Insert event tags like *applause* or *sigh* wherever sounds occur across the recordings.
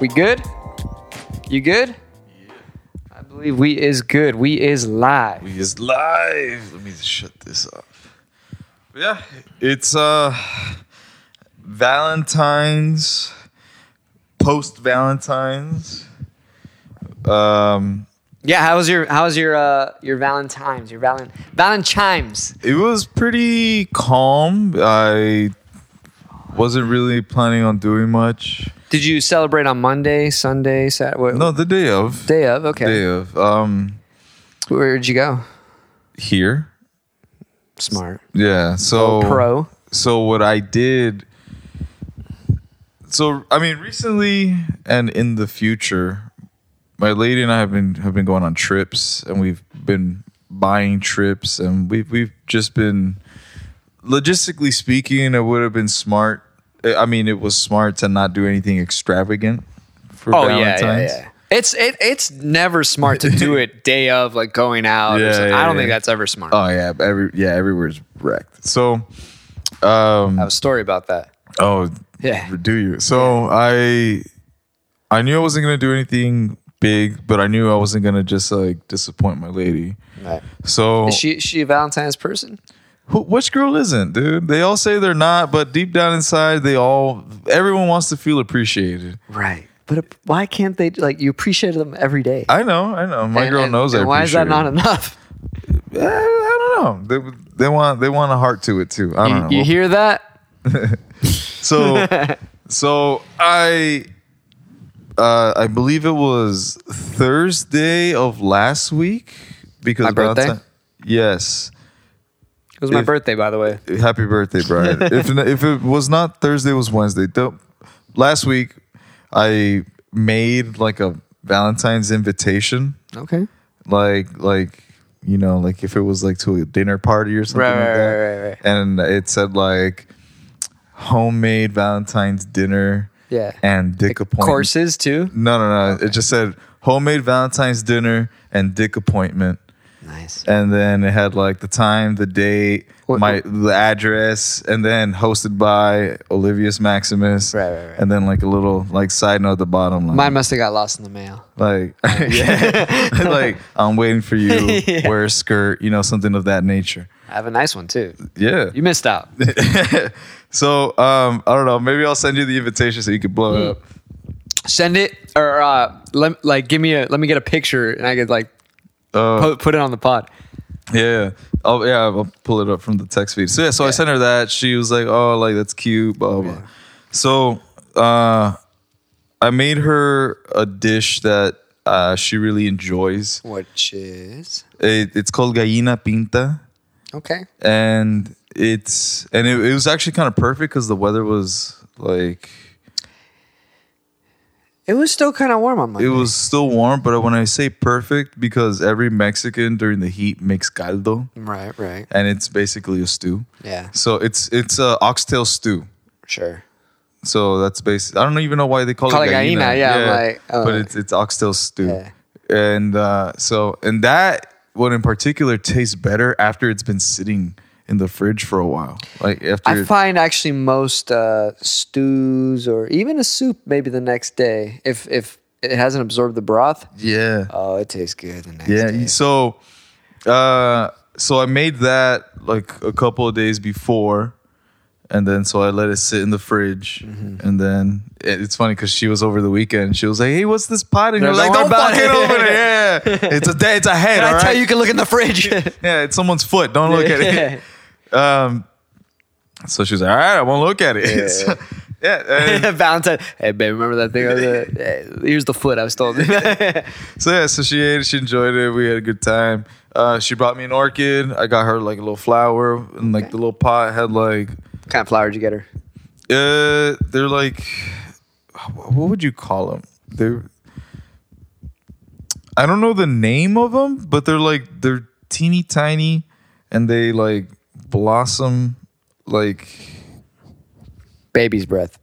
We good? You good? I believe we is good. We is live. We is live. Let me shut this off. But yeah, it's uh Valentine's post Valentine's. Um Yeah, how was your how was your uh your Valentine's, your Valen Valentine's? it was pretty calm. I wasn't really planning on doing much. Did you celebrate on Monday, Sunday, Saturday? What, No, the day of. Day of, okay. Day of. Um Where'd you go? here. Smart. Yeah. So Oh, Pro. so what I did so I mean recently and in the future my lady and I have been have been going on trips and we've been buying trips and we've we've just been logistically speaking it would have been smart I I mean it was smart to not do anything extravagant for Oh, Valentine's. It's it, it's never smart to do *laughs* it day of like going out. or Yeah, something. I yeah, don't think yeah. that's ever smart. Oh yeah, every yeah, everywhere's wrecked. So um I have a story about that. Oh, Yeah. Do you? So I, I knew I wasn't gonna do anything big, but I knew I wasn't gonna just like disappoint my lady. So, Is she she a Valentine's person? who, which girl isn't, dude? They all say they're not, but deep down inside, they all, everyone wants to feel appreciated. Right. But it- why can't they like you appreciate them every day? I know, I know. My And- girl and- knows. and I why is that not appreciate it. enough? Eh, I don't know. They, they want they want a heart to it too. I don't know. You, you hear that? So, *laughs* so I, uh, I believe it was Thursday of last week because My birthday? Valentine- Yes, It was my If- birthday, by the way. happy birthday, *laughs* Brian. if if it was not Thursday, it was Wednesday. Don't- Last week, I made like a Valentine's invitation, Okay. like like you know, like if it was like to a dinner party or something Right, like right, that, right, right, right. and it said like homemade Valentine's dinner. Yeah. and dick appointment. Courses too. No, no, no. It just said homemade Valentine's dinner and dick appointment, Nice. and then it had like the time, the date, What- my the address, and then hosted by Olivius Maximus. Right, right, right. And then like a little like side note at the bottom line. Mine must have got lost in the mail. like *laughs* Oh, yeah, like I'm waiting for you. *laughs* Wear a skirt, you know, something of that nature. I have a nice one too. Yeah. You missed *laughs* out. So um, I don't know. Maybe I'll send you the invitation so you can blow it up. Send it or uh, let, like give me a let me get a picture and I could like Uh, po- put it on the pod. Yeah. Oh yeah, I'll pull it up from the text feed. So yeah, so I sent her that. She was like, "Oh, like that's cute." Blah blah. blah. So uh, I made her a dish that uh, she really enjoys. Which is It, it's called gallina pinta, okay. and it's and it, it was actually kind of perfect because the weather was like It was still kind of warm on Monday. it was still warm. But when I say perfect, because every Mexican during the heat makes caldo, *laughs* right, right. and it's basically a stew. Yeah, So it's it's a oxtail stew. sure. So that's basically. I don't even know why they call, Call it it gallina. gallina, yeah, I'm like, oh. but it's it's oxtail stew, Yeah. and uh, so and that one in particular tastes better after it's been sitting in the fridge for a while. Like after I it- find actually most uh, stews or even a soup maybe the next day if if it hasn't absorbed the broth. yeah, Oh, it tastes good the next yeah. day. So, uh, so I made that like a couple of days before. And then, so I let it sit in the fridge, and then it- it's funny because she was over the weekend. She was like, "Hey, what's this pot?" And No, you're like, don't "Don't worry about fucking it." open it! Yeah, it's a day, it's a head. And I all tell right? you, you can look in the *laughs* fridge. Yeah, it's someone's foot. Don't look at it. Um, *laughs* so she was like, all right, I won't look at it. Yeah. *laughs* so, *laughs* yeah, *laughs* and Valentine. Hey, babe, remember that thing? I was, uh, *laughs* hey, here's the foot I was told. *laughs* so yeah, so she ate it. She enjoyed it. We had a good time. Uh, she brought me an orchid. I got her like a little flower and like the little pot had like, kind of flower did you get her? uh, they're like, wh- what would you call them? They're, I don't know the name of them, but they're like, they're teeny tiny and they like blossom like Baby's breath.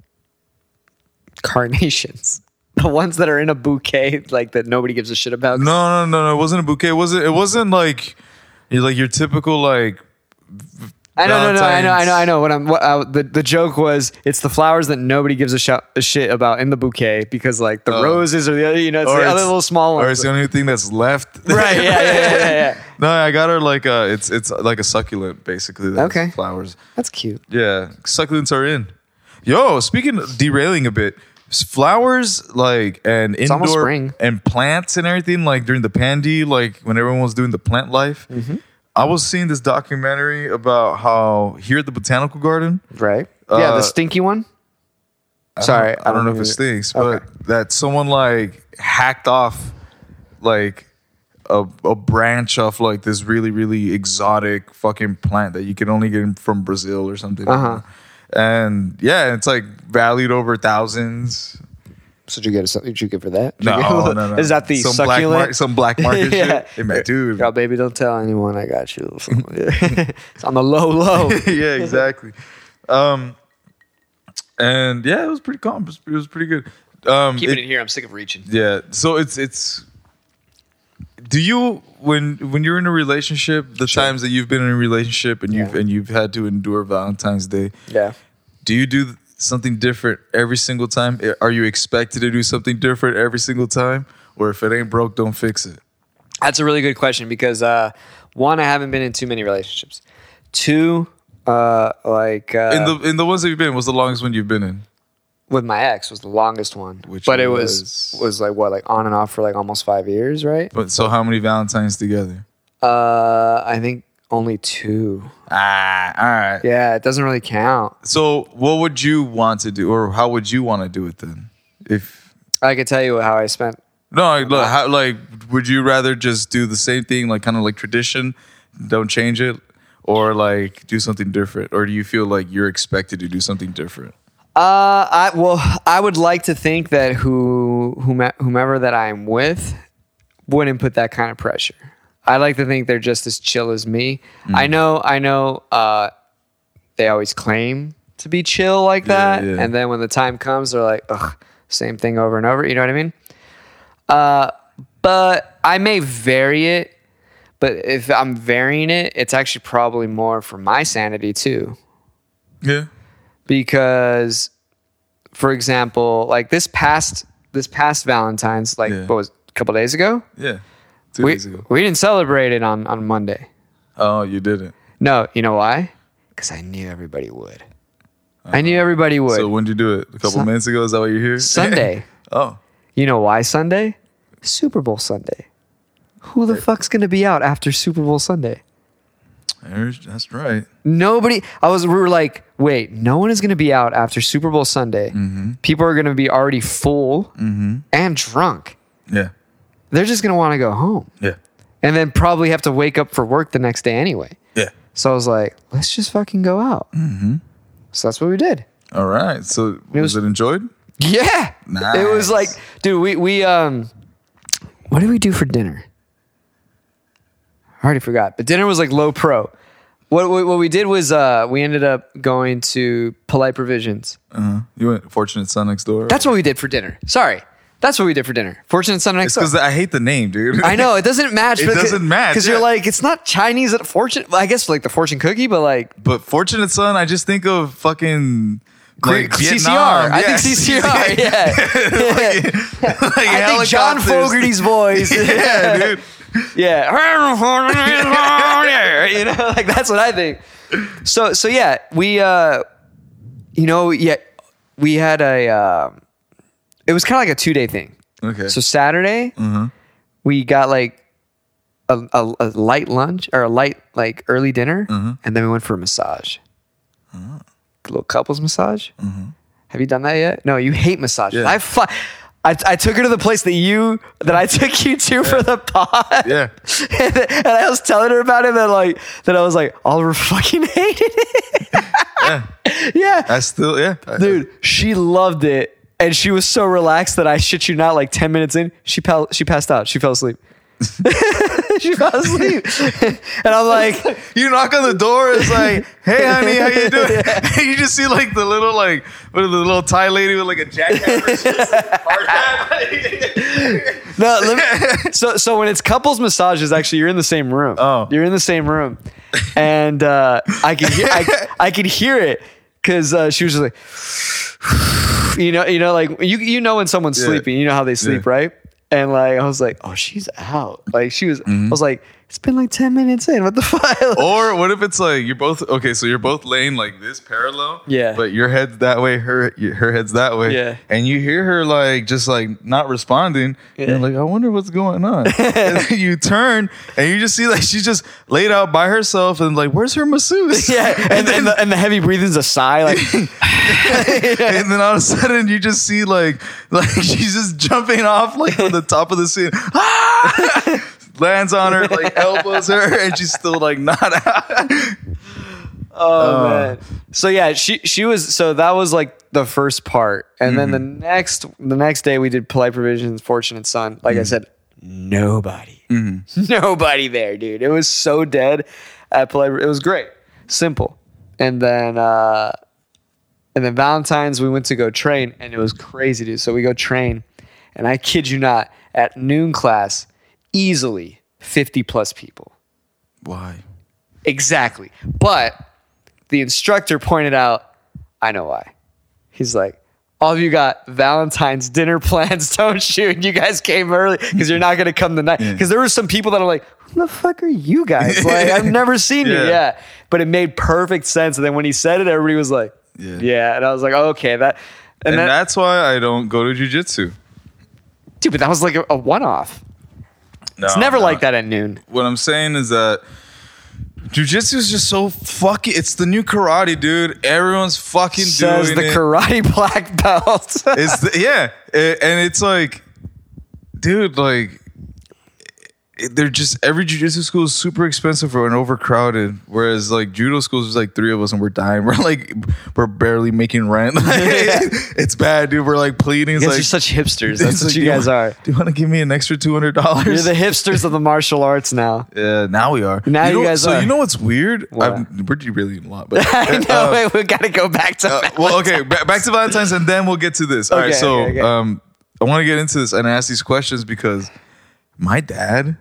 Carnations. *laughs* The ones that are in a bouquet, like that nobody gives a shit about. No, no, no, no. It wasn't a bouquet. It wasn't. It wasn't like, you- like your typical like v- I know, no, no, I know, I Valentine's. know, I know. What I'm, what, uh, the the joke was, it's the flowers that nobody gives a, sh- a shit about in the bouquet because like the Oh. roses or the other, you know, it's Or the it's- other little small Or ones. it's the only thing that's *laughs* left. right? Yeah, yeah, yeah, yeah, yeah. *laughs* no, I got her like a it's it's like a succulent basically. that has Okay. Flowers. That's cute. Yeah, succulents are in. Yo, speaking of derailing a bit, s- flowers like and almost indoor spring. and plants and everything like during the pandy, like when everyone was doing the plant life. Mm-hmm. I was seeing this documentary about how here at the botanical garden. Right? yeah, the Uh, stinky one. Sorry, I don't know if it remember- stinks, but Okay. that someone like hacked off like a, a branch off like this really really exotic fucking plant that you can only get from Brazil or something. Uh-huh. And yeah, it's like valued over *laughs* thousands. So did you get a, did you give her that? Did No, you no, give- *laughs* no. Is that the some succulent? Black mar- some *laughs* black market shit. Hey, man, dude. Girl, baby, don't tell anyone I got you. it's on the low, *laughs* low. *laughs* yeah, exactly. Um, and yeah, it was pretty calm. It was, it was pretty good. Um, it- in here. I'm sick of reaching. Yeah. So it's it's. Do you when when you're in a relationship, the times that you've been in a relationship and you've Yeah. and you've had to endure Valentine's Day, Yeah. do you do something different every single time? I- Are you expected to do something different every single time, or if it ain't broke, don't fix it? That's a really good question because uh, one, I haven't been in too many relationships. Two, uh, like uh, In the in the ones that you've been, what's the longest one you've been in? with my ex was the longest one, Which but it was was- was like what like on and off for like almost five years, right? But so how many Valentines together? Uh, I think only two. Ah, all right. Yeah, it doesn't really count. So what would you want to do, or how would you want to do it then? If I could tell you how I spent No, like, look, how, like, would you rather just do the same thing, like kind of like tradition, don't change it, or like do something different, or do you feel like you're expected to do something different? Uh, I well, I would like to think that who whome- whomever that I'm with wouldn't put that kind of pressure. I like to think they're just as chill as me. I know, I know. Uh, they always claim to be chill like Yeah, that, yeah. and then when the time comes, they're like, "Ugh, same thing over and over." You know what I mean? Uh, but I may vary it. But if I'm varying it, it's actually probably more for my sanity too Yeah. because for example like this past this past valentine's like Yeah. what was it, a couple days ago Yeah. Two we, days ago. we didn't celebrate it on on monday Oh, you didn't. no you know why because i knew everybody would i knew everybody would Uh-huh. So *laughs* when did you do it? A couple Sun- minutes ago? Is that why you're here? Sunday. *laughs* oh. you know why sunday super bowl sunday who the fuck's gonna be out after super bowl sunday there's- That's right. Nobody. I was. We were like, wait, no one is going to be out after Super Bowl Sunday. Mm-hmm. People are going to be already full and drunk. Yeah. They're just going to want to go home, Yeah. and then probably have to wake up for work the next day anyway. Yeah. So I was like, let's just fucking go out. Mm-hmm. So that's what we did. All right. So was, was- it enjoyed? Yeah, it was Nice. like, dude, we we um, what did we do for dinner? I already forgot, but dinner was like low pro. What what, what we did was uh, we ended up going to Polite Provisions. Uh-huh. You went Fortunate Son Next Door? That's what we did for dinner. Sorry. That's what we did for dinner. Fortunate Son next It's because door. I hate the name, dude. I know it doesn't match. It doesn't match, because yeah. you're like it's not Chinese at fortune. I guess like the fortune cookie, but like But Fortunate Son, I just think of fucking like CCR. Vietnam. I Yeah. think *laughs* CCR. Yeah, *laughs* Like I think John helicopters. Fogerty's voice. *laughs* *laughs* yeah, dude. *laughs* yeah. *laughs* you know, like that's what I think. So so yeah, we uh you know, yeah, we had a um it was kind of like a 2-day thing. Okay. So Saturday, Mm-hmm. we got like a, a, a light lunch or a light like early dinner, Mm-hmm. and then we went for a massage. Mm. A little couples massage. Have you done that yet? No, you hate massages. Mm-hmm. Yeah. I, fu- I I took her to the place that you that I took you to for the pod. yeah. *laughs* and, and I was telling her about it, and like that I was like Oliver fucking hated it. *laughs* yeah, I still yeah. I- dude she loved it and she was so relaxed that i shit you not like 10 minutes in she pal- she passed out she fell asleep *laughs* she fell asleep *laughs* and i'm like You knock on the door, *laughs* it's like, hey honey, how you doing? *laughs* you just see like the little like what is the little Thai lady with like *laughs* a jackhammer She's like, hard hat. *laughs* no let me- so so when it's couples massages actually you're in the same room Oh. *laughs* you're in the same room and uh, I could hear, I, I could hear it because uh, she was just like, you know, you know, like *sighs* you you know when someone's Yeah. sleeping, you know how they sleep, Yeah. right? And like I was like, oh, she's out. Like she was, Mm-hmm. I was like, it's been like ten minutes in. What the *laughs* fuck? Or what if it's like you're both okay? So you're both laying like this parallel. Yeah. But your head's that way, her her head's that way. Yeah. And you hear her like just like not responding. And Yeah. you're like, I wonder what's *laughs* going on. and then you turn and you just see like she's just laid out by herself and like, where's her masseuse? *laughs* yeah, and, and, the, and the heavy breathing's a sigh. Like *laughs* *laughs* and then all of a sudden you just see like like *laughs* she's just jumping off like from *laughs* the top of the scene. Ah! *laughs* Lands on her, like elbows her, and she's still like not *laughs* out. Oh Oh. man. So yeah, she she was so that was like the first part. And then the next the next day we did Polite Provisions, Fortunate Son. Like I said, nobody. *laughs* Nobody there, dude. It was so dead at Polite it was great. Simple. And then uh and then Valentine's we went to go train and it was crazy, dude. So we go train and I kid you not, at noon class, easily 50 plus people. Why? Exactly. But the instructor pointed out, I know why. He's like, all of you got Valentine's dinner plans, *laughs* don't you? And you guys came early because you're not going to come tonight. Because there were some people that are like, who the fuck are you *laughs* guys? Like, I've never seen you. Yeah. Yeah. But it made perfect sense. And then when he said it, everybody was like, yeah. Yeah. And I was like, okay, that. And, and, that, that's why I don't go to jujitsu. dude, but that was like a, a one off. Oh, No, It's never like that at noon. What I'm saying is that jujitsu is just so fucking. It's the new karate, dude. Everyone's fucking Says doing the it. karate *laughs* black belt. *laughs* It's the, yeah, A- and it's like, dude, like it- they're just every jujitsu school is super expensive and overcrowded. Whereas like judo schools, there's like three of us and we're dying. *laughs* We're like we're barely making rent. *laughs* Like, It's bad, dude. We're like pleading. It's you guys like, are such hipsters. it's That's what like, you do guys wa- are. Do you want to give me an extra two hundred dollars? You're the hipsters of the martial arts now. Yeah, now we are. Now you know- guys so are. you know what's weird? What? I'm- We're derailing a lot, but *laughs* *laughs* I know. uh, wait, we got to go back to. uh, that. well, okay. ba- Back to Valentine's, and then we'll get to this. All right. Okay, So, okay, okay. um, I want to get into this and ask these questions because my dad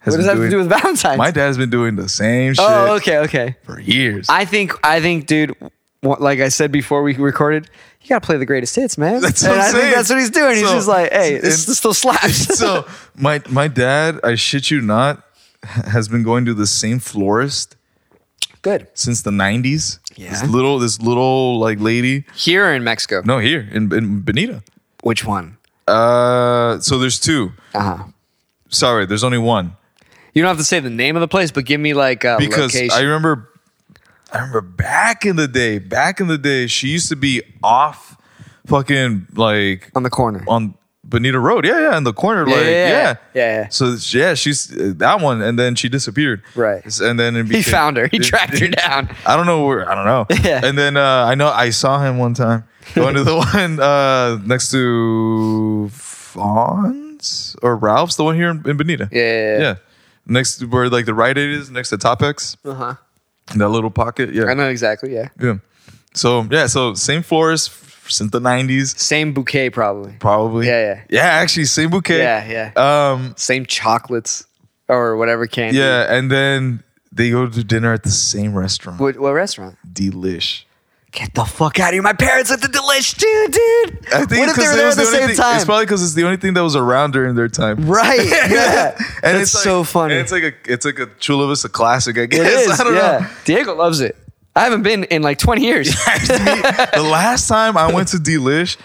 has what does that been have to doing, do with Valentine's? my dad's been doing the same shit oh, okay, okay. for years. I think, I think, dude. wha- Like I said before we recorded, you got to play the greatest hits, man. That's and what I'm I think saying. that's what he's doing. he's So- just like, hey, and- this, this still slaps. *laughs* so my my dad, I shit you not, ha- has been going to the same florist *laughs* good. since the '90s. Yeah. This little this little like lady. Here or in Mexico? No, here in, in Benita. Which one? Uh, so there's two. Uh huh. Sorry, there's only one. You don't have to say the name of the place, but give me like a because location. I remember, I remember back in the day, back in the day, she used to be off, fucking like on the corner. on Bonita Road, yeah, yeah, in the corner, like yeah, yeah, yeah. Yeah, yeah. So yeah, she's uh, that one, and then she disappeared, Right. And then it he became, found her. He tracked her down. I don't know where. I don't know. *laughs* Yeah. And then uh, I know I saw him one time going to the *laughs* one uh, next to Fawn's or Ralph's, the one here in, in Bonita. Yeah, yeah, yeah. Next to where like the Rite Aid is, next to Topex, Uh huh. that little pocket. I Yeah. know exactly. Yeah. Yeah. So yeah, so same florist f- since the '90s, Same bouquet, probably. probably. Yeah, yeah. Yeah, actually, same bouquet. Yeah, yeah. Um, same chocolates or whatever candy. yeah, and then they go to dinner at the same restaurant. What, what restaurant? Delish. Get the fuck out of here! My parents at the delish, dude, dude. I what think if it's they 'cause were it there was at the, only same thing- time? It's probably because it's the only thing that was around during their time. right. Yeah. *laughs* and That's it's like, so funny. And it's like a it's like a Chula Vista classic, I guess. *laughs* it is. I don't yeah. know. Diego loves it. I haven't been in like 20 *laughs* years. the last time I went to Delish,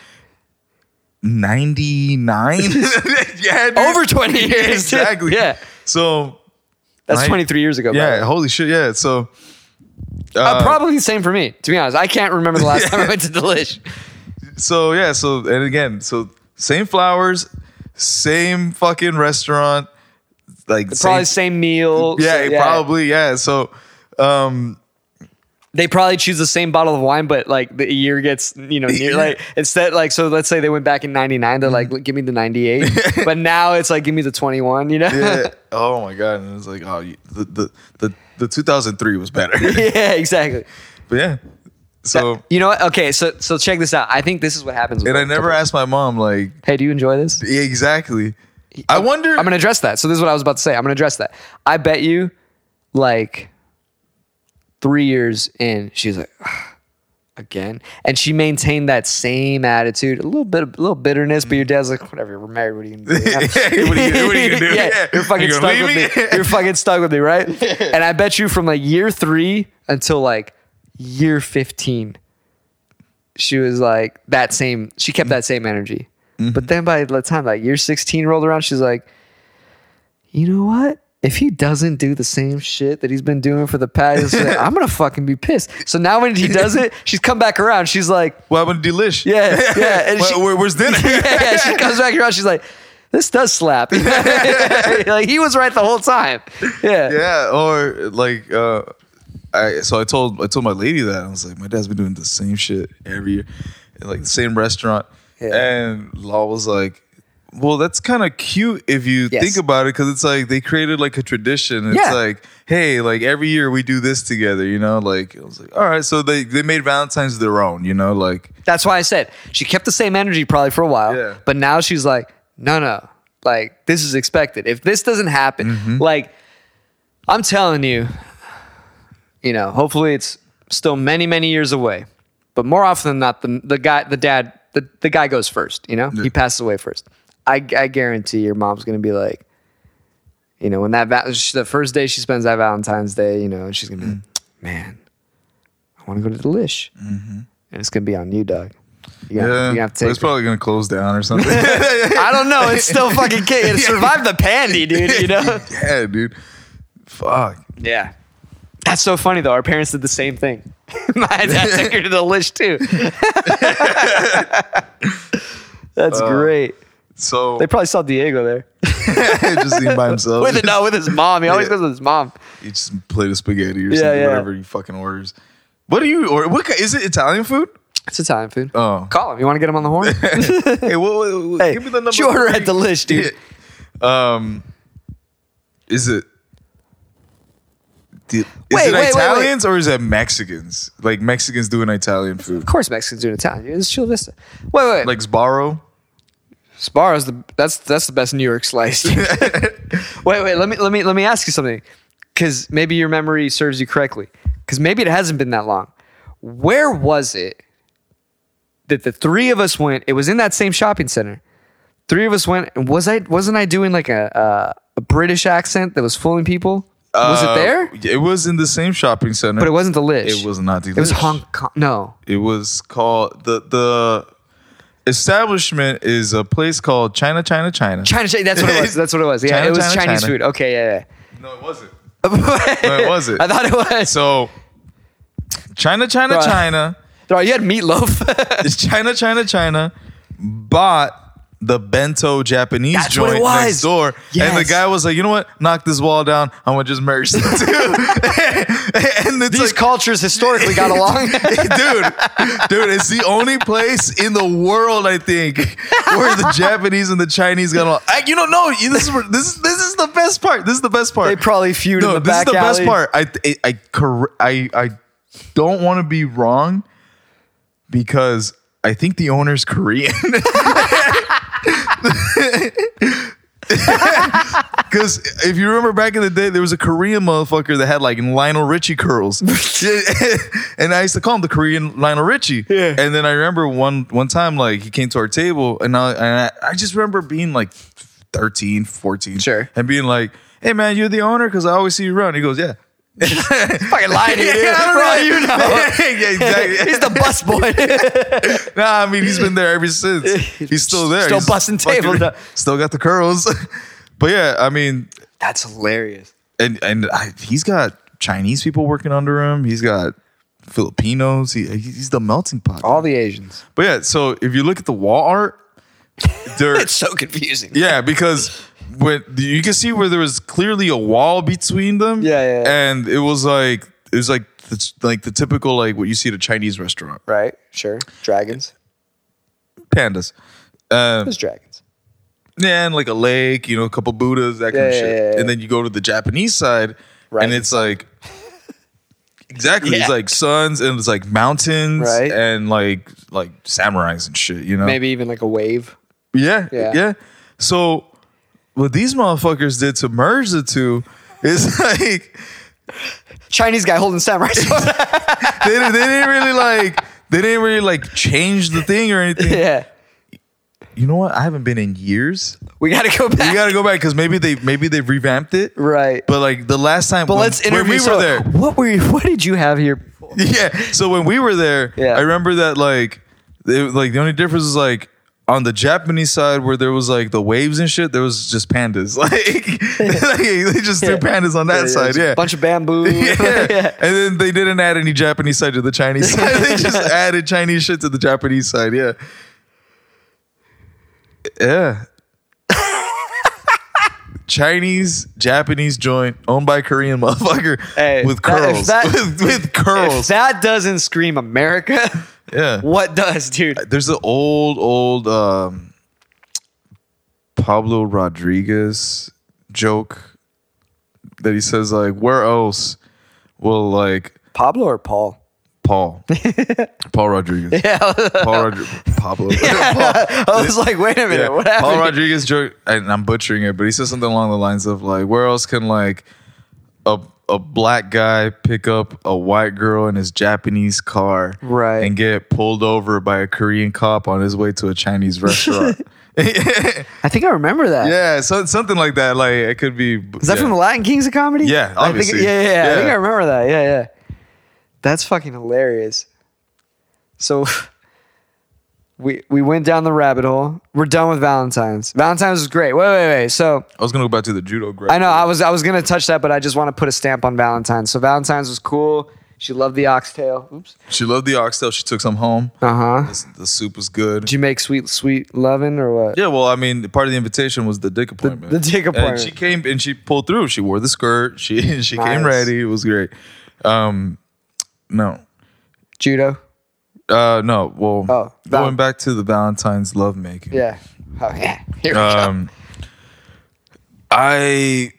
99. *laughs* yeah, dude. Over 20 years. dude. Exactly. Yeah. So, That's Right. 23 years ago. by the yeah, way. holy shit. Yeah. So, Uh, uh, probably the same for me, to be honest. I can't remember the *laughs* last time I went to Delish. so yeah. So, and again, so same flowers, same fucking restaurant, like Probably same, same meal. yeah, so, probably. Yeah. So, *laughs* um, they probably choose the same bottle of wine, but like the year gets you know near *laughs* Yeah. Mm-hmm. like instead like so let's say they went back in '99, they're like give me the *laughs* '98, but now it's like give me the '21, you know? yeah. oh my God. And it was like, oh, you- the, the, the, the 2003 was *laughs* better. *laughs* Yeah, exactly. but yeah. So, You know what? Okay, so so check this out. I think this is what happens. With and I never asked my mom, like, Hey, do you enjoy this? Yeah, exactly. I wonder. I'm gonna address that. So this is what I was about to say. I'm gonna address that. I bet you, like, three years in, she's like, "Ugh, again, and she maintained that same attitude, a little bit, a little bitterness. But your dad's like, whatever, we're married. What are you gonna do? Mm-hmm. *laughs* What are you- what are you gonna do? *laughs* yeah, Yeah. you're fucking You gonna stuck leave with me? me. You're fucking stuck with me, right? *laughs* And I bet you from like year three until like year fifteen, she was like that same. She kept that same energy. Mm-hmm. But then by the time like year sixteen rolled around, she's like, you know what? If he doesn't do the same shit that he's been doing for the past, I'm gonna fucking be pissed. So now when he does it, she's come back around. She's like, *laughs* What happened to Delish? yeah, *laughs* yeah. And Where- she, where- where's dinner? *laughs* yeah, yeah, she comes back around. She's like, this does slap. *laughs* like he was right the whole time. Yeah. *laughs* yeah or like uh i so i told i told my lady that i was like my dad's been doing the same shit every year and like the same restaurant Yeah. and law was like well that's kind of cute if you Yes. think about it because it's like they created like a tradition it's Yeah. like hey like every year we do this together you know like i was like all right so they they made valentine's their own you know like That's why I said she kept the same energy probably for a while, Yeah. but now she's like, no, no, like this is expected. If this doesn't happen, like I'm telling you, you know, hopefully it's still many, many years away, but more often than not, the, the guy, the dad, the, the guy goes first, you know, he passes away first. I, I guarantee your mom's going to be like, you know, when that, va- sh- the first day she spends that Valentine's Day, you know, she's going to Mm. be like, man, I want to go to Delish. And it's going to be on you, Doug. You gotta, Mm-hmm. yeah you have to take it's probably gonna close down or *laughs* something *laughs* I don't know. It's still fucking kid. It survived the pandy, dude, *laughs* you know? yeah dude fuck Yeah. That's so funny though. Our parents did the same thing. *laughs* My dad took her to the list too. *laughs* That's Oh. great. so They probably saw Diego there *laughs* just seen by *laughs* himself with it, no, with his mom. He always Oh. Yeah. goes with his mom. You just plate of spaghetti or Yeah, something, yeah. whatever you fucking orders. What do you order? What ki- is it? Italian food? It's Italian food. *laughs* Oh. *laughs* Call him. You want to get him on the horn? Hey, what, what- what- hey, give me the number. you order three. at the list, dude. Yeah. Um, is it? di- Wait, Is it wait, wait, wait. Italians or is it Mexicans? Like Mexicans doing Italian food, Of course, Mexicans do Italian. dude. It's Chula Vista. Wait, wait. Like like Sbarro. Sbarro's the that's that's the best New York *laughs* slice. *laughs* dude. wait, wait. Let me let me let me ask you something, because maybe your memory serves you correctly. Because maybe it hasn't been that long. Where was it that the three of us went? It was in that same shopping center. Three of us went, and was I wasn't I doing like a uh, a British accent that was fooling people? was it Uh, there? It was in the same shopping center, But it wasn't the list. It was not. It was Hong Kong. No, It was called the the establishment is a place called China, China, China. China. Chi- That's what *laughs* it was. That's what it was. Yeah, China, it was China, Chinese China. food. Okay, yeah, No, it wasn't. yeah. No, it *laughs* wasn't. I thought it was. So, China, China, Bruh. China, Bro, you had *laughs* meatloaf. China, China, China bought the bento Japanese That's what joint it was. next door. And Yes. the guy was like, you know what? Knock this wall down. I'm going to just merge the two. *laughs* and it's These like, cultures historically *laughs* got along. *laughs* dude, dude, it's the only place in the world, I think, where the Japanese and the Chinese got along. I, you don't know. You- This is, this, is- this is the best part. This is the best part. they probably feud in the this back is the alley. best part. I I I corre- I, I don't want to be wrong because I think the owner's Korean. *laughs* Because if you remember back in the day, there was a Korean motherfucker that had like Lionel *laughs* Richie curls, *laughs* and I used to call him the Korean Lionel Richie. Yeah. And then I remember one one time, like he came to our table, and I and I, I just remember being like 13, 14, Sure. and being like, "Hey man, you're the owner," because I always see you around. He goes, "Yeah." *laughs* Fucking lying to you. *laughs* Yeah, I don't Bro, know. you *laughs* know. yeah, *laughs* exactly. He's the bus boy. *laughs* Nah, I mean he's been there ever since. He's still there. Still He's busting fucking- tables up. *laughs* Still got the curls. *laughs* but yeah, I mean, That's hilarious. and and I, he's got Chinese people working under him. He's got Filipinos. He he's the melting pot. All the Asians. But yeah, so if you look at the wall art, there, It's so confusing. yeah, because when you can see where there was clearly a wall between them. Yeah, yeah, yeah. and it was like it was like the, like the typical like what you see at a Chinese restaurant. Right? Sure. Dragons. Pandas. Um, There's dragons. yeah, and like a lake, you know, a couple Buddhas, that kind of Yeah, shit. yeah, yeah, yeah. And then you go to the Japanese side, Right. and it's like exactly, Yeah. it's like suns and it's like mountains, Right. And like like samurais and shit, you know. Maybe even like a wave. Yeah, Yeah. yeah. So *laughs* what these motherfuckers did to merge the two is like Chinese guy holding samurai sword. *laughs* they, didn't- they didn't really like they didn't really like change the thing or anything. *laughs* yeah, You know what? I haven't been in years. we got to go back. You gotta go back because maybe they maybe they revamped it. Right. But like the last time, but when- let's when interview. we so were there. What were you? What did you have here? before? *laughs* yeah. So when we were there, Yeah. I remember that like, it, like the only difference is like on the Japanese side where there was like the waves and shit, there was just pandas. *laughs* Like, like, they just threw pandas on that side. just a Yeah. bunch of bamboo. *laughs* yeah. *laughs* Yeah. and then they didn't add any Japanese side to the *laughs* Chinese side. they just added Chinese shit to the Japanese side. Yeah, *laughs* yeah. Chinese Japanese joint owned by Korean motherfucker Hey, with that- if curls, that- *laughs* with, with If curls. that doesn't scream America, *laughs* yeah, what does, dude? there's the old old um, Pablo Rodriguez joke that he says like, "Where else will like Pablo or Paul? Paul, Paul Rodriguez, Yeah, Paul Rodriguez, *laughs* Pablo, *laughs* I was like, wait a minute, Yeah. what Paul happened? Rodriguez joke, and I'm butchering it, but he says something along the lines of like, where else can like a a black guy pick up a white girl in his Japanese car, Right. and get pulled over by a Korean cop on his way to a *laughs* Chinese restaurant? *laughs* I think I remember that. yeah, so something like that. Like it could be. Is that from the Latin Kings of comedy? Yeah, I obviously. think, yeah, yeah, yeah. I think Yeah. I remember that. Yeah, yeah. That's fucking hilarious. So *laughs* we we went down the rabbit hole. We're done with Valentine's. Valentine's was great. Wait, wait, wait. So I was gonna go back to the judo. Grapple. I know I was I was gonna touch that, but I just want to put a stamp on Valentine's. So Valentine's was cool. She loved the oxtail. Oops. She loved the oxtail. She took some home. Uh huh. The, the soup was good. Did you make sweet sweet loving or what? Yeah, well, I mean, part of the invitation was the dick appointment. the dick And she appointment. came and she pulled through. She wore the skirt. She *laughs* she Nice. came ready. It was great. Um, no, Judo. uh, no. Well, Oh, val- going back to the Valentine's lovemaking. Yeah. Oh yeah. Here we go. Um, I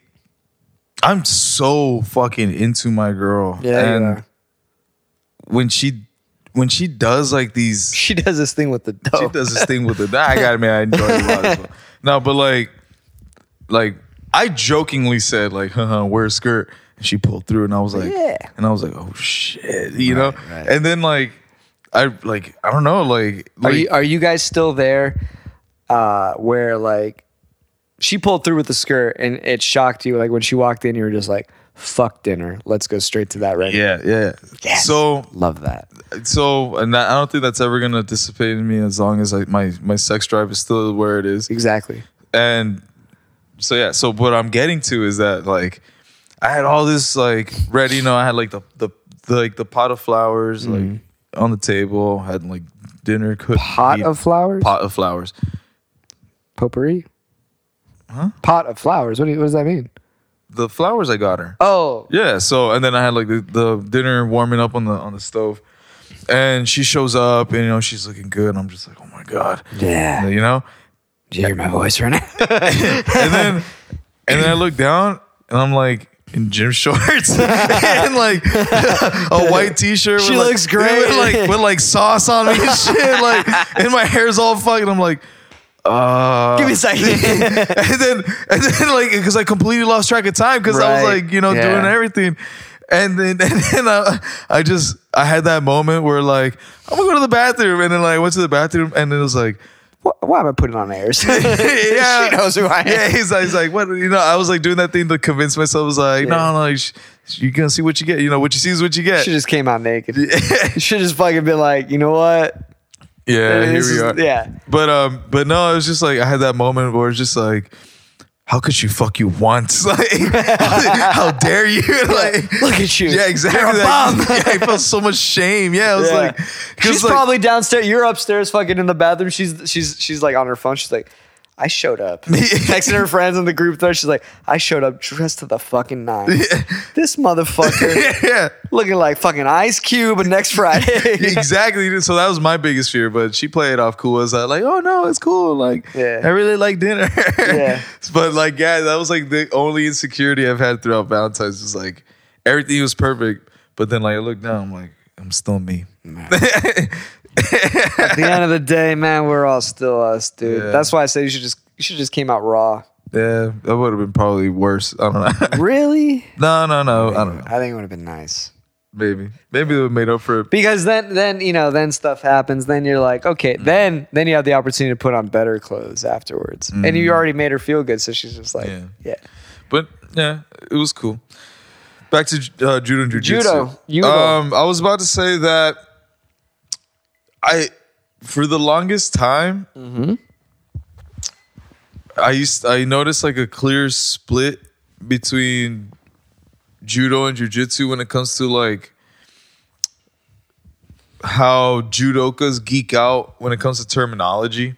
I'm so fucking into my girl. Yeah, you and are. when she when she does like these She does this thing with the dough. She does this thing with it. Nah, I got it, man. I enjoy it a lot. *laughs* as well. No, but like, like I jokingly said like, "Huh, wear a skirt," and she pulled through, and I was like, Yeah. and I was like, "Oh shit," you know. right. And then like, I like I don't know, like, Are like you are you guys still there? Uh, where like she pulled through with the skirt and it shocked you. Like when she walked in, you were just like, "Fuck dinner, let's go straight to that right." now." yeah, yeah. Yes. So love that. so, and that, I don't think that's ever gonna dissipate in me as long as like my my sex drive is still where it is. Exactly. and so yeah so what i'm getting to is that like i had all this like ready you know i had like the the, the like the pot of flowers like on the table had like dinner cooked Mm-hmm. Pot of flowers. pot of flowers Potpourri. Huh? Pot of flowers. What, do you, what does that mean? the flowers i got her Oh, yeah so and then i had like the, the dinner warming up on the on the stove and she shows up and you know she's looking good and i'm just like oh my god Yeah. you know do you hear my voice right *laughs* now? *laughs* and then and then I look down and I'm like in gym *laughs* shorts and like a white t-shirt. She with, like- looks great. With like with like sauce on *laughs* me and shit. Like and my hair's all fucking. I'm like. Uh, *laughs* Give me a second. *laughs* and then and then like because I completely lost track of time because I was Right. like you know Yeah. doing everything, and then *laughs* and then I, I just I had that moment where like I'm gonna go to the bathroom and then like I went to the bathroom and it was like why, why am I putting on airs? *laughs* Yeah. she knows who I am. yeah, he's like, he's like, what? You know, I was like doing that thing to convince myself. I was like, no, no, you sh- you're gonna see what you get. You know, what you see is what you get. *laughs* She just came out naked. She just fucking been like, you know what? yeah, here This we is- are. Yeah. But um, but no, it was just like I had that moment where it's just like, how could she fuck you once? *laughs* Like, how, how dare you? *laughs* Like, *laughs* Look at you. yeah, exactly. You're a Like, *laughs* bum. yeah, I felt so much shame. Yeah, I was Yeah. like, 'cause, she's like, probably downstairs. You're upstairs, fucking in the bathroom. She's she's she's like on her phone. She's like, I showed *laughs* up. Texting her friends in the group thread. She's like, I showed up dressed to the fucking nines. This motherfucker *laughs* yeah. looking like fucking Ice Cube. Next *laughs* Friday. exactly. So that was my biggest fear, but she played it off cool as I like, oh no, it's cool. Like, Yeah. I really like dinner. Yeah. *laughs* But like, yeah, that was like the only insecurity I've had throughout Valentine's was like everything was perfect, but then like I look down, I'm like, I'm still me. At the end of the day, man, we're all still us, dude. Yeah. That's why I say you should just you should just came out raw. *laughs* Yeah, that would have been probably worse. I don't know. *laughs* really? no, no, no. I don't know. I think it would have been nice. Maybe, maybe they made up for it. Because then then you know, then stuff happens, then you're like, okay, Mm. then then you have the opportunity to put on better clothes afterwards. And you already made her feel good, so she's just like, Mm. Yeah. yeah. But yeah, it was cool. Back to uh, judo and jujitsu. Judo, judo. Um, I was about to say that I, for the longest time, Mm-hmm. I used I noticed like a clear split between judo and jujitsu when it comes to like how judokas geek out when it comes to terminology.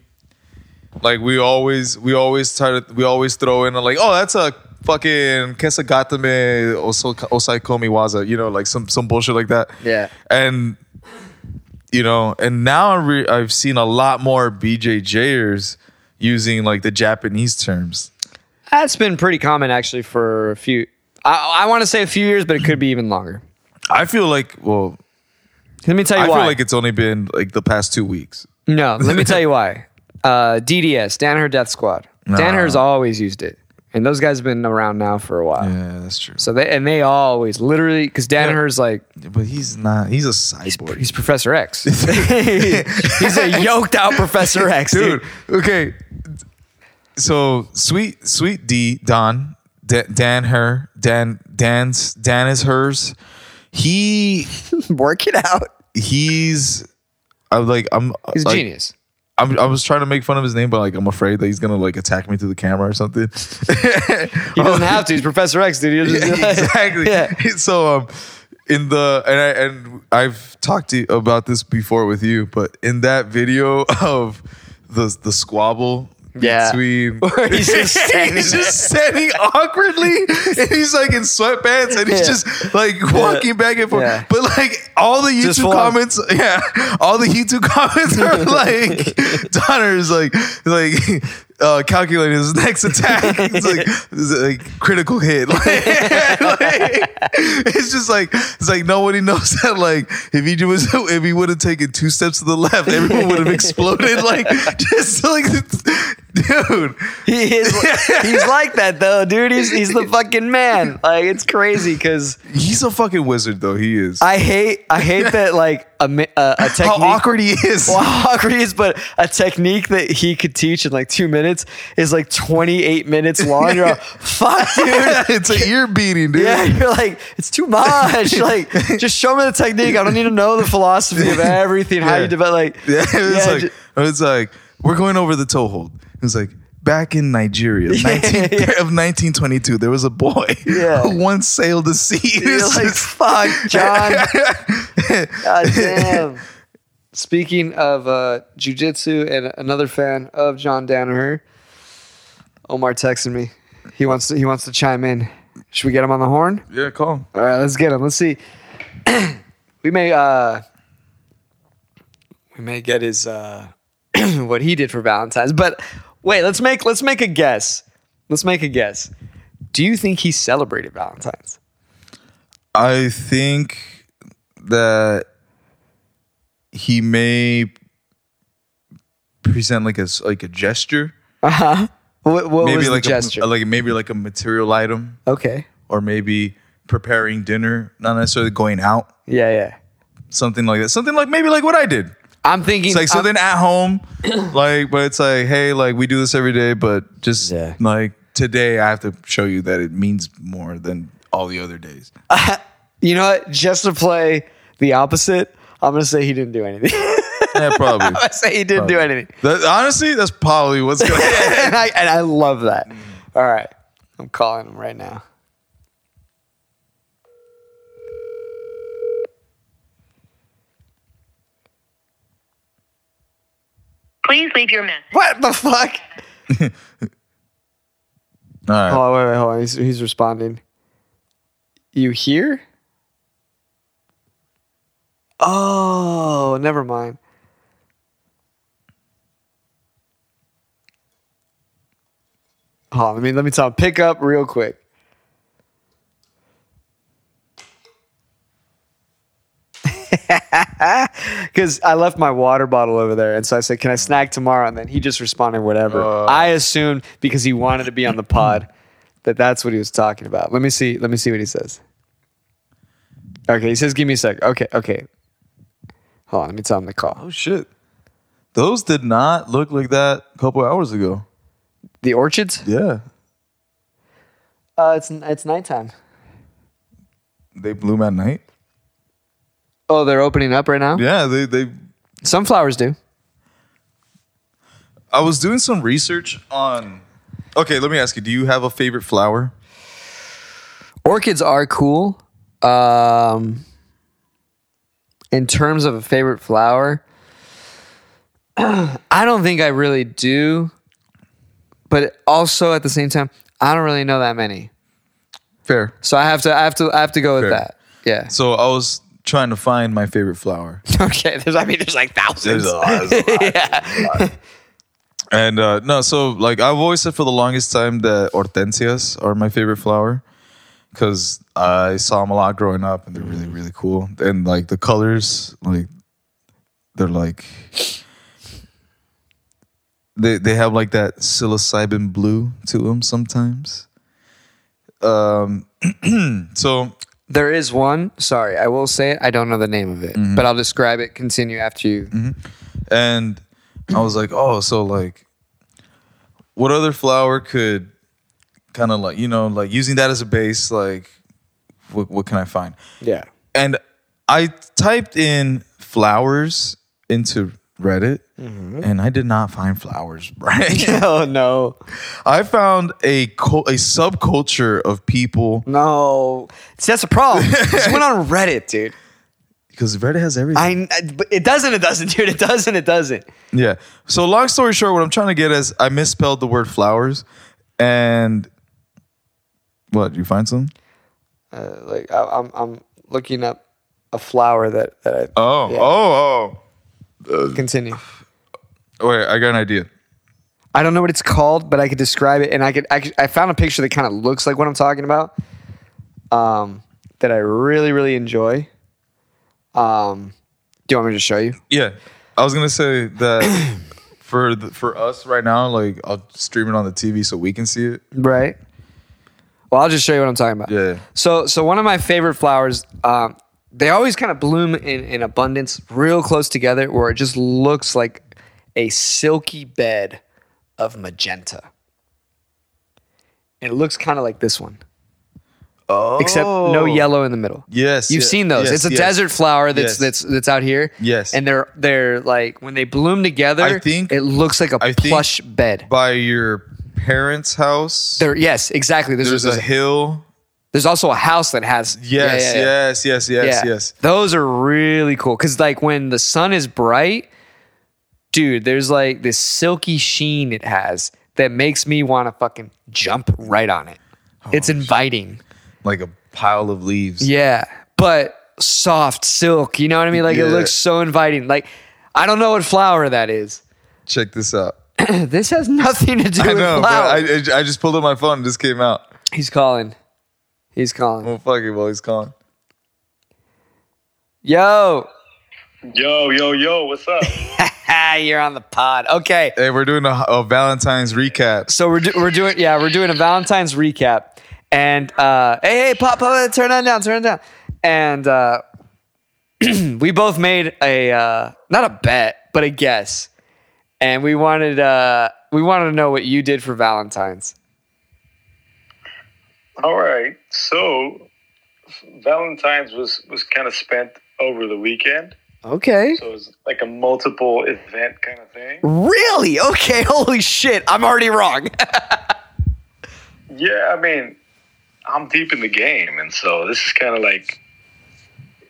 Like we always we always try to we always throw in like oh that's a fucking kesagatame oso- osai komi waza you know like some some bullshit like that. Yeah. And you know, and now I re- I've seen a lot more BJJers using like the Japanese terms. That's been pretty common actually for a few I, I want to say a few years, but it could be even longer. I feel like well, Let me tell you I why. feel like it's only been like the past two weeks. No, let me tell you *laughs* why. Uh, DDS, Danaher Death Squad. Danaher's always used it, and those guys have been around now for a while. Yeah, that's true. So they and they always literally because Danaher's like But he's not. He's a cyborg. he's Professor *laughs* X. *laughs* he's a yoked out Professor X, dude. dude. Okay. So sweet, sweet D Don Da- Dan her Dan Dan's Dan is hers. He Work it out. he's I'm like I'm uh, He's a like, genius. I'm, I was trying to make fun of his name, but like I'm afraid that he's gonna like attack me through the camera *laughs* or something. *laughs* He doesn't have to. He's Professor X, dude. He'll just- oh. Yeah, exactly. yeah. *laughs* So um, in the and I and I've talked to you about this before with you, but in that video *laughs* of the the squabble. Yeah. *laughs* Between Where he's just standing *laughs* he's just standing awkwardly, and he's like in sweatpants, and he's Yeah. just like walking back and forth. Yeah. But like all the Just YouTube full on. comments, yeah, all the YouTube *laughs* comments are like Donner's like like uh, calculating his next attack. *laughs* It's like, it's like critical hit. *laughs* Like, it's just like it's like nobody knows *laughs* that like if he was if he would have taken two steps to the left, everyone would have exploded. *laughs* Like just like *laughs* dude. He is, he's like that though, dude. He's he's the fucking man. Like it's crazy because He's a fucking wizard though, he is. I hate I hate that like a mi- a, a technique. How awkward he is. Well, *laughs* how awkward he is, but a technique that he could teach in like two minutes is like 28 minutes long. You're like, *laughs* fuck, dude. *laughs* *laughs* it's an ear beating, dude. *laughs* Yeah, you're like, it's too much. Like, just show me the technique. I don't need to know the philosophy of everything, how Yeah. you develop. Like, Yeah, *laughs* it was yeah, like ju- it was like we're going over the toe hold. It was like back in Nigeria, *laughs* 19, yeah. *laughs* of 1922, there was a boy *laughs* Yeah. who once sailed the seas. *laughs* you're like, fuck, John. God damn. Speaking of uh, jujitsu and another fan of John Danaher, Omar texted me. He wants to, he wants to chime in. Should we get him on the horn? *laughs* yeah, call. him. All right, let's get him. Let's see. *clears throat* we may uh we may get his uh *clears throat* what he did for Valentine's. But wait, let's make let's make a guess. Let's make a guess. Do you think he celebrated Valentine's? I think that he may present like a s- like a gesture, Uh-huh. What, what maybe was like the gesture? a like maybe like a material item, okay. or maybe preparing dinner, not necessarily going out, Yeah, yeah. something like that, something like maybe like what I did. I'm thinking It's like I'm- something at home, *coughs* like, but it's like, hey, like we do this every day, but just Yeah. like today, I have to show you that it means more than all the other days. *laughs* you know what? Just to play the opposite, I'm gonna say he didn't do anything. *laughs* I'm Yeah, probably. gonna say he didn't do anything. *laughs* *laughs* That- honestly, that's probably what's going. on. and, I, and I love that. All right. I'm calling him right now. Please leave your message. What the fuck? All right. Oh, wait, wait, hold on. He's, he's responding. You here? Oh, never mind. Hold on, let me let me tell him. Pick up real quick. Because I left my water bottle over there, and so I said, "Can I snag tomorrow?" And then he just responded, "Whatever." Uh. I assumed because he wanted to be *clears throat* on the pod that that's what he was talking about. Let me see. Let me see what he says. Okay, he says, "Give me a sec." Okay, okay. Hold on, let me tell him the call. Oh shit. Those did not look like that a couple hours ago. The orchids? Yeah. Uh, it's it's nighttime. They bloom at night? Oh, they're opening up right now. Yeah, they they Sunflowers do. I was doing some research on Okay, let me ask you, do you have a favorite flower? Orchids are cool. Um, in terms of a favorite flower, *clears throat* I don't think I really do. But also at the same time, I don't really know that many. Fair. So I have to, I have to, I have to go with Fair. that. Yeah. So I was trying to find my favorite flower. *laughs* Okay. There's, I mean, there's like thousands. And uh, no, so like I've always said for the longest time that hortensias are my favorite flower because I saw them a lot growing up, and they're really really cool. And like the colors, like they're like they they have like that psilocybin blue to them sometimes. Um, *clears throat* so There is one. Sorry, I will say it. I don't know the name of it, but I'll describe it. Continue after you. and I was like, oh, so like, what other flower could kind of like you know like using that as a base, like, what what can I find? Yeah. And I typed in flowers into Reddit, and I did not find flowers, *laughs* Brian. *laughs* Oh no. I found a cul- a subculture of people No, See, that's a problem. Just went on Reddit, dude. because Reddit has everything. I, I- but it doesn't, it doesn't, *laughs* dude. It doesn't, it doesn't. Yeah. So long story short, what I'm trying to get is I misspelled the word flowers, and what you find some? Uh, like I, I'm, I'm looking up a flower that that I Oh, Yeah. oh, continue. oh. Wait, I got an idea. I don't know what it's called, but I could describe it, and I could. I, could- I found a picture that kind of looks like what I'm talking about. Um, that I really, really enjoy. Um, do you want me to show you? Yeah, I was gonna say that *coughs* for the, for us right now, like I'll stream it on the TV so we can see it. Right. Well, I'll just show you what I'm talking about. Yeah. So, so one of my favorite flowers, um, they always kind of bloom in, in abundance, real close together, where it just looks like a silky bed of magenta. And it looks kind of like this one, Oh, except no yellow in the middle. Yes, You've yes, seen those. yes, it's a yes. desert flower that's Yes. that's that's out here. Yes. And they're they're like when they bloom together, I think- it looks like a I think- plush bed. By your parents' house, There, yes, exactly. There's, there's there's a hill. There's also a house that has Yes, yes, yes, yes, yes. Those are really cool because like when the sun is bright, dude, there's like this silky sheen it has that makes me want to fucking jump right on it. Oh, it's inviting, Like a pile of leaves. yeah, but soft silk. You know what I mean? Like it Yeah. looks so inviting. Like I don't know what flower that is. Check this out. *clears throat* this has nothing to do I *laughs* with know, flower. but I, I just pulled up my phone and just came out. He's calling. He's calling. Well, fuck it. Well, he's calling. Yo, Yo, yo, yo, what's *laughs* up? you're on the pod. Okay. Hey, we're doing a, a Valentine's recap. so we're, do- we're doing yeah we're doing a valentine's recap and uh hey hey pop pop turn on down turn it down and uh *clears throat* we both made a uh not a bet but a guess and we wanted uh we wanted to know what you did for valentine's All right. So Valentine's was was kind of spent over the weekend. okay So it was like a multiple event kind of thing. really okay holy shit i'm already wrong *laughs* Yeah, I mean, I'm deep in the game and so this is kind of like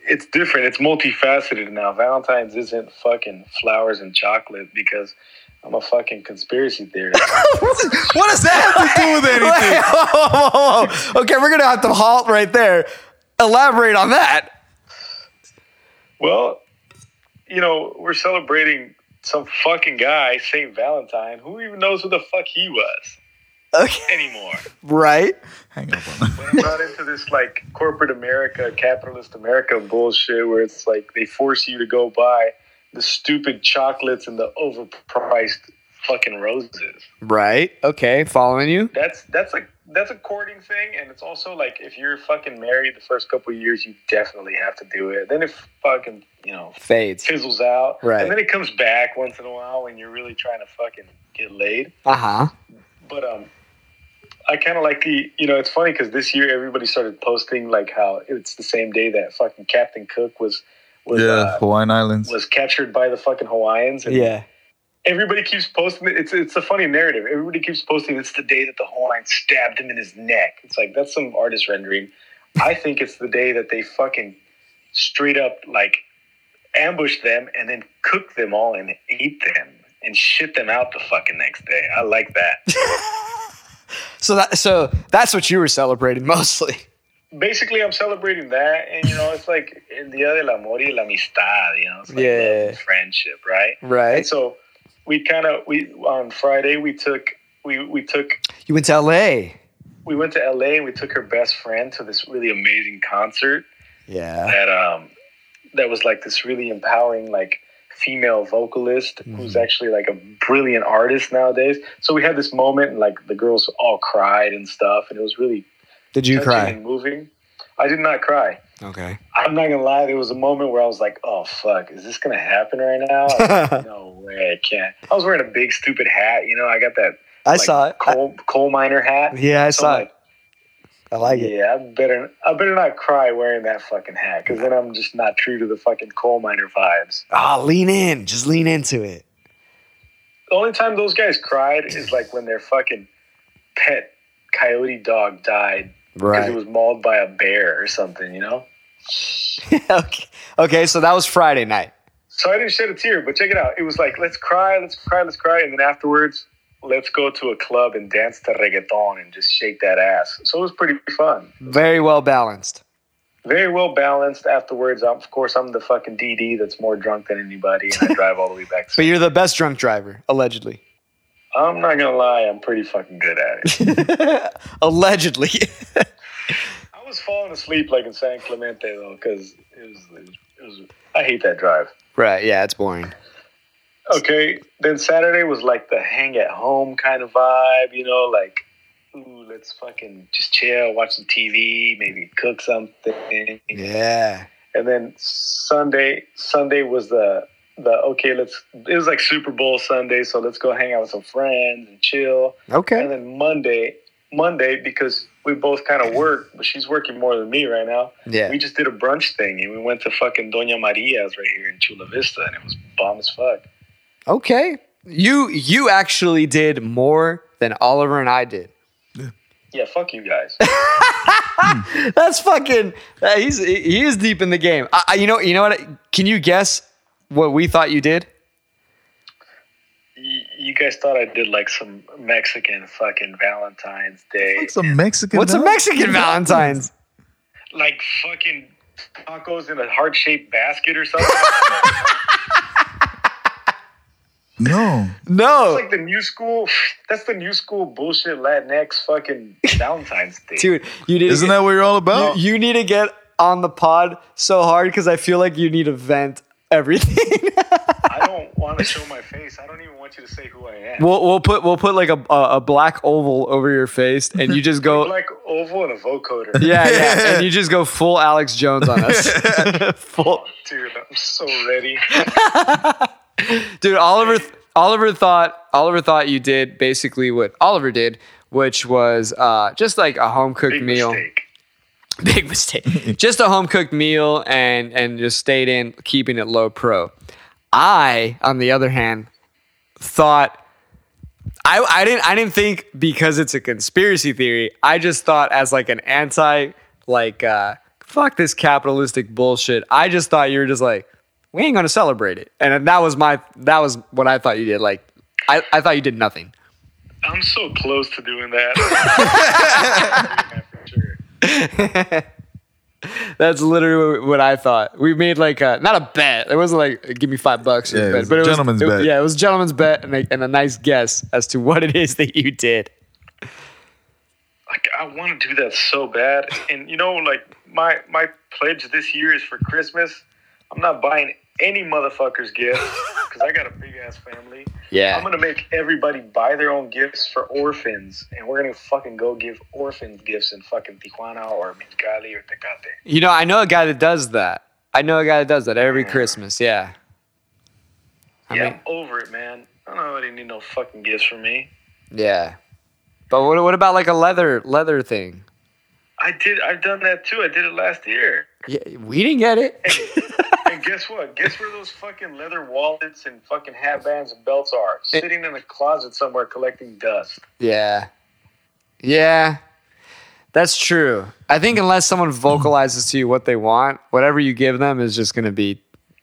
it's different. It's multifaceted now. Valentine's isn't fucking flowers and chocolate because I'm a fucking conspiracy theorist. What does that have to do with anything? okay we're gonna have to halt right there elaborate on that Well, you know, we're celebrating some fucking guy, St. Valentine, who even knows who the fuck he was. Okay. anymore. Right? Hang up on that. When I'm not into this like corporate America, capitalist America bullshit where it's like they force you to go buy the stupid chocolates and the overpriced fucking roses. Right. Okay. Following you. That's that's like that's a courting thing, and it's also like if you're fucking married the first couple of years, you definitely have to do it. Then it fucking you know Fades. fizzles out, Right. And then it comes back once in a while when you're really trying to fucking get laid. Uh huh. But um, I kind of like the you know it's funny because this year everybody started posting like how it's the same day that fucking Captain Cook was was Yeah, uh, Hawaiian Islands. was captured by the fucking Hawaiians. And Yeah. *laughs* everybody keeps posting it. It's it's a funny narrative. Everybody keeps posting it's the day that the Hawaiian stabbed him in his neck. It's like that's some artist rendering. I think it's the day that they fucking straight up like ambushed them and then cooked them all and ate them and shit them out the fucking next day. I like that. So that so that's what you were celebrating *laughs* mostly. Basically, I'm celebrating that, and you know, it's like el Dia del Amor y la Amistad. You know, it's like Yeah. love, friendship, right? Right. And so we kind of we on Friday we took we we took *laughs* you went to L.A. we went to LA and we took her best friend to this really amazing concert Yeah. that um that was like this really empowering like female vocalist who's Mm-hmm. actually like a brilliant artist nowadays. So we had this moment and like the girls all cried and stuff and it was really Did you touching cry? and moving. I did not cry. Okay. I'm not gonna lie, there was a moment where I was like, "Oh fuck, is this gonna happen right *laughs* now?" I was like, no way, I can't. I was wearing a big stupid hat, you know. I got that I like, saw it. I- coal coal miner hat. yeah, I So saw I'm like, it. I like it. yeah, I better I better not cry wearing that fucking hat because then I'm just not true to the fucking coal miner vibes. Ah, lean in. Just lean into it. The only time those guys cried is like when their fucking pet coyote dog died because it Right. was mauled by a bear or something, you know. *laughs* okay. okay. So that was Friday night. So I didn't shed a tear, but check it out. It was like let's cry, let's cry, let's cry, and then afterwards let's go to a club and dance to reggaeton and just shake that ass. So it was pretty fun. Very well balanced. Very well balanced afterwards. I'm, of course, I'm the fucking DD that's more drunk than anybody, and I drive all the way back. to *laughs* But you're the best drunk driver, *laughs* allegedly. I'm not gonna lie, I'm pretty fucking good at it. allegedly. I was falling asleep like in San Clemente though, because it was, it was. I hate that drive. *laughs* right. Yeah. It's boring. Okay, then Saturday was like the hang at home kind of vibe, you know, like, ooh, let's fucking just chill, watch some TV, maybe cook something. Yeah. And then Sunday, Sunday was the the okay, let's. It was like Super Bowl Sunday, so let's go hang out with some friends and chill. Okay. And then Monday, Monday because we both kind of work, but she's working more than me right now. Yeah. We just did a brunch thing and we went to fucking Doña Maria's right here in Chula Vista and it was bomb as fuck. Okay. You you actually did more than Oliver and I did. Yeah, fuck *laughs* you guys. That's fucking. uh, he's he is deep in the game. I, I, you know you know what? Can you guess what we thought you did? you, you guys thought I did like some Mexican fucking Valentine's Day. What's a Mexican? What's a dog? Mexican Valentine's? Like fucking tacos in a heart shaped basket or something. *laughs* *laughs* No. *laughs* It's No, like the new school. That's the new school bullshit Latinx fucking Valentine's Day. *laughs* dude, you need. Isn't to that what you're all get, about? you, you need to get on the pod so hard because I feel like you need to vent everything. *laughs* I don't want to show my face. I don't even want you to say who I am. we'll we'll put we'll put like a a, a black oval over your face and you just go. *laughs* like oval and a vocoder. Yeah, yeah, and you just go full Alex Jones on us. full, Oh, Dude, I'm so ready. dude oliver oliver thought oliver thought you did basically what oliver did which was uh, just like a home cooked Big meal mistake. *laughs* big mistake just a home cooked meal and and just stayed in keeping it low pro i on the other hand thought I, I didn't I didn't think because it's a conspiracy theory. I just thought as like an anti like uh, fuck this capitalistic bullshit. I just thought you were just like we ain't gonna celebrate it, and that was my that was what I thought you did. Like I, I thought you did nothing. I'm so close to doing that. *laughs* For sure. That's literally what I thought. We made like a, not a bet. It wasn't like give me five bucks. or Yeah, it a bet, was a gentleman's it- *laughs* bet. Yeah, it was a gentleman's bet and a, and a nice guess as to what it is that you did. like I want to do that so bad. And you know, like my my pledge this year is for Christmas. I'm not buying any motherfuckers gifts because I got a big ass family. Yeah. I'm gonna make everybody buy their own gifts for orphans, and we're gonna fucking go give orphans gifts in fucking Tijuana or Mexicali or Tecate. You know, I know a guy that does that. I know a guy that does that every Christmas. Yeah. I yeah, mean, I'm over it, man. I don't really need no fucking gifts from me. yeah. But what, what about like a leather leather thing? I did. I've done that too. I did it last year. Yeah, we didn't get it. *laughs* And guess what? Guess where those fucking leather wallets and fucking hat bands and belts are? Sitting in a closet somewhere collecting dust. yeah. Yeah. That's true. I think unless someone vocalizes to you what they want, whatever you give them is just going to be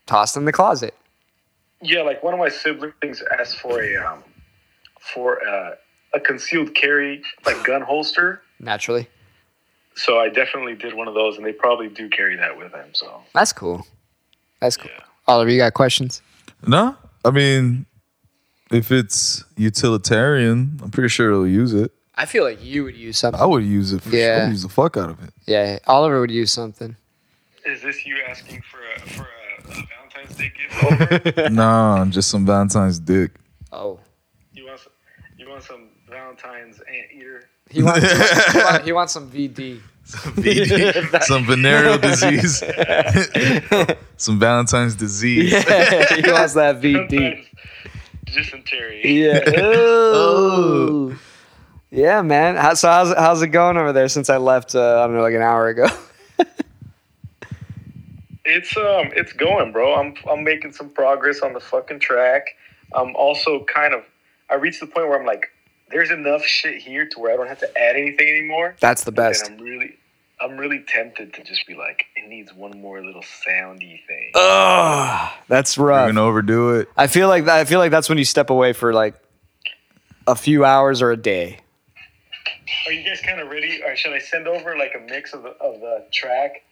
tossed in the closet. Yeah, like one of my siblings asked for a um, for uh, a concealed carry like gun holster. Naturally. So I definitely did one of those, and they probably do carry that with them. So That's cool. That's cool. Oliver, you got questions? No, I mean, if it's utilitarian, I'm pretty sure it'll use it. I feel like you would use something. I would use it. For sure. I Yeah. would use the fuck out of it. Oh, *laughs* Yeah, Oliver would use something. is this you asking for a for a, a Valentine's Day gift? *laughs* Over? nah, just some *laughs* Valentine's dick. Oh. you want some, you want some Valentine's anteater? He wants, he wants- he wants- he wants some VD. some *laughs* venereal disease. *laughs* some Valentine's disease. *laughs* he wants that VD. Valentine's dysentery. Yeah. Ooh. Yeah, man. How, so how's how's it going over there since I left? Uh, I don't know, like an hour ago. *laughs* It's um, it's going, bro. I'm I'm making some progress on the fucking track. I'm also kind of I reached the point where I'm like, there's enough shit here to where I don't have to add anything anymore. That's the best. And I'm really, I'm really tempted to just be like, it needs one more little soundy thing. Oh, that's You're rough. gonna overdo it. I feel like that, I feel like that's when you step away for like a few hours or a day. Are you guys kind of ready? Or should I send over like a mix of the of the track?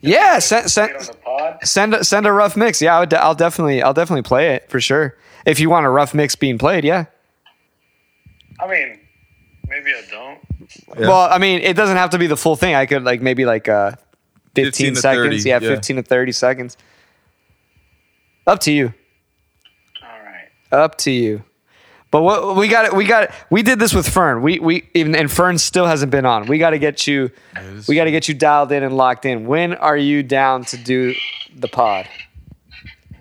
Yeah, send Get send on the pod. send a, send a rough mix. Yeah, I would, de- I'll definitely I'll definitely play it for sure. If you want a rough mix being played, yeah. I mean, maybe I don't. Yeah. Well, I mean, it doesn't have to be the full thing. I could like maybe like uh, 15, 15 to seconds. 30, yeah, yeah. 15 to 30 seconds. Up to you. All right. Up to you. But what we got we got we did this with Fern. We we even and Fern still hasn't been on. We got to get you we got to get you dialed in and locked in. When are you down to do the pod?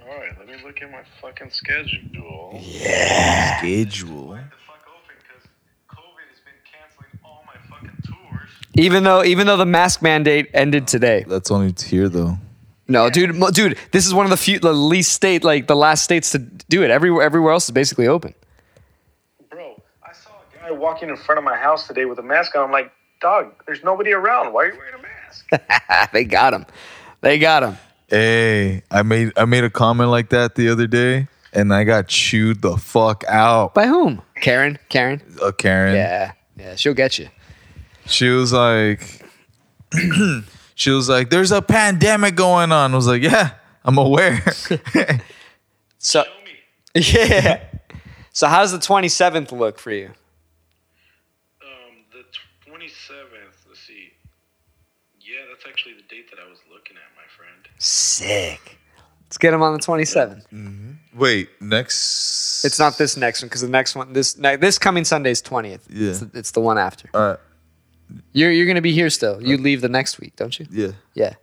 All right. Let me look at my fucking schedule. Schedule. The fuck open because COVID has been canceling all my fucking tours. Even though even though the mask mandate ended today. That's only here though. No, dude, mo- dude, this is one of the few the least state like the last states to do it. Everywhere everywhere else is basically open. Bro, I saw a guy walking in front of my house today with a mask on. I'm like, dog, there's nobody around. Why are you wearing a mask? *laughs* Ah, they got him. They got him. Hey, I made I made a comment like that the other day, and I got chewed the fuck out. By whom? Karen. Karen. Uh, Karen. Yeah. Yeah. She'll get you. She was like, *clears throat* she was like, "There's a pandemic going on." I was like, "Yeah, *laughs* I'm aware." So *laughs* yeah. So how's the twenty seventh look for you? Um, the twenty seventh. Let's see. Yeah, that's actually the date that I was looking at, my friend. Sick. Let's get him on the twenty seventh. Wait, next. It's not this next one because the next one this ne- this coming Sunday's twentieth. Yeah. It's, it's the one after. All right. You're you're gonna be here still. You leave the next week, don't you? Yeah. Yeah.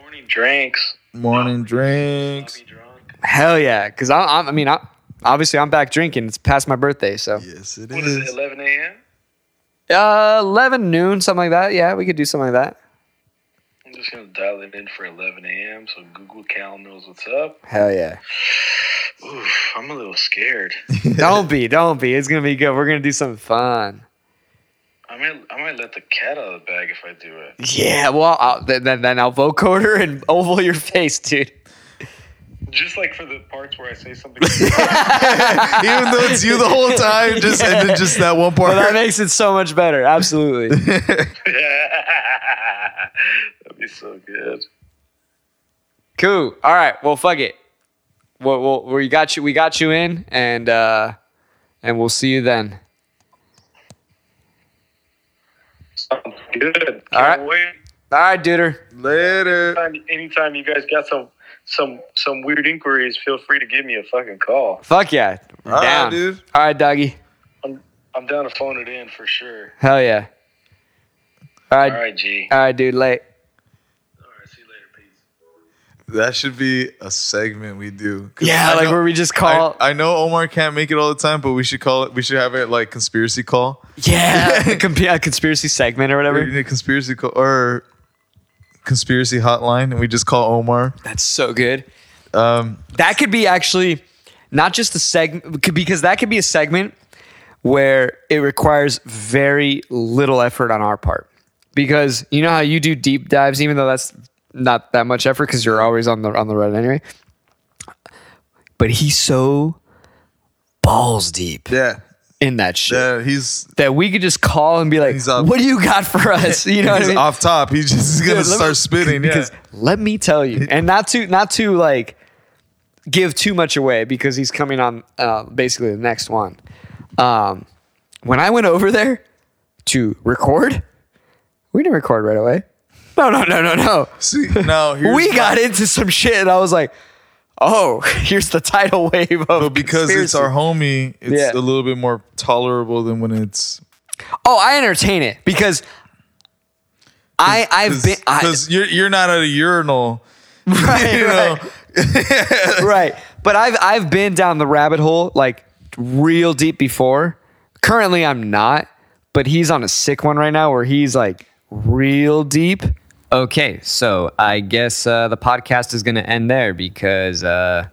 Morning drinks. Morning drinks. Be drunk. Hell yeah. Because I, I I mean I obviously I'm back drinking. It's past my birthday, so Yes, What is it? Eleven a.m. uh, eleven noon something like that. Yeah, we could do something like that. I'm just gonna dial it in for eleven a.m. So Google Calendar knows what's up. Hell yeah. Oof, I'm a little scared. don't be, don't be. It's gonna be good. We're gonna do something fun. I might, I might let the cat out of the bag if I do it. Yeah, well, I'll, then, then then I'll vocoder and *laughs* oval your face, dude. Just like for the parts where I say something. *laughs* *laughs* *laughs* Even though it's you the whole time, just and then just that one part. But that makes it so much better. Absolutely. *laughs* That'd be so good. *laughs* cool. All right. Well, fuck it. Well, well, we got you. We got you in, and uh, and we'll see you then. good. Can't All right. wait. All right, duder. Later. Anytime, anytime you guys got some some some weird inquiries, feel free to give me a fucking call. Fuck yeah. We're All right, down. dude. All right, doggy. I'm I'm down to phone it in for sure. Hell yeah. All All right. All right, right, G. dude. Late. All right, see you later. Peace. That should be a segment we do. 'Cause Yeah, I like know- where we just call. I, I know Omar can't make it all the time, but we should call it. We should have it like conspiracy call. *laughs* yeah. *laughs* a, comp- a conspiracy segment or We whatever. need a conspiracy call or conspiracy hotline, and we just call Omar. That's so good. Um, That could be actually not just a segment, because that could be a segment where it requires very little effort on our part. Because you know how you do deep dives, even though that's not that much effort because you're always on the on the road anyway. But he's so balls deep yeah, in that shit yeah. He's that we could just call and be like, He's up. "What do you got for us?" *laughs* You know what I he's mean? off top. He's just gonna Dude, let me- start spitting. Yeah. because let me tell *laughs* you, and not to not to like give too much away because he's coming on uh, basically the next one. Um, when I went over there to record, we didn't record right away. No, no, no, no, no. See, *laughs* now here's we my- got into some shit, and I was like, "Oh, *laughs* here's the tidal wave of." But because it's conspiracy. our homie, it's Yeah. a little bit more tolerable than when it's oh, I entertain it because I I've been I, because you're you're not at a urinal. *laughs* right, You know, right. *laughs* right. But I've I've been down the rabbit hole like real deep before. Currently I'm not, but he's on a sick one right now where he's like real deep. Okay, so I guess uh, the podcast is going to end there because uh,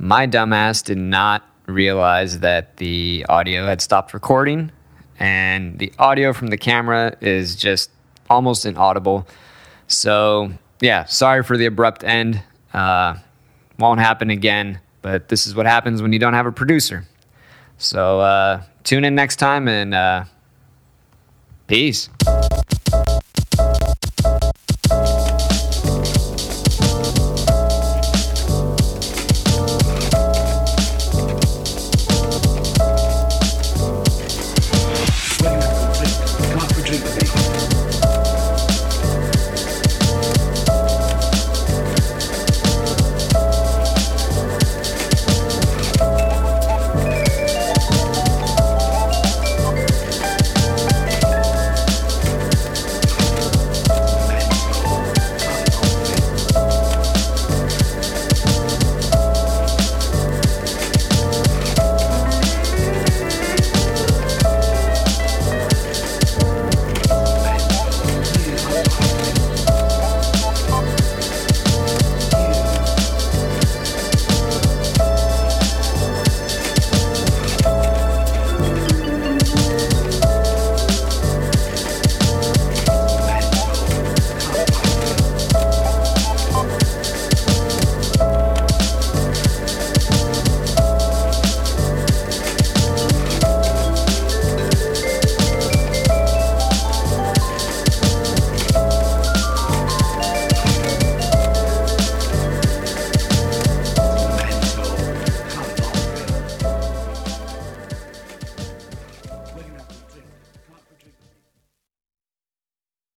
my dumbass did not realize that the audio had stopped recording, and the audio from the camera is just almost inaudible. So, yeah, sorry for the abrupt end. Uh, won't happen again, but this is what happens when you don't have a producer. So, uh, tune in next time and uh, peace.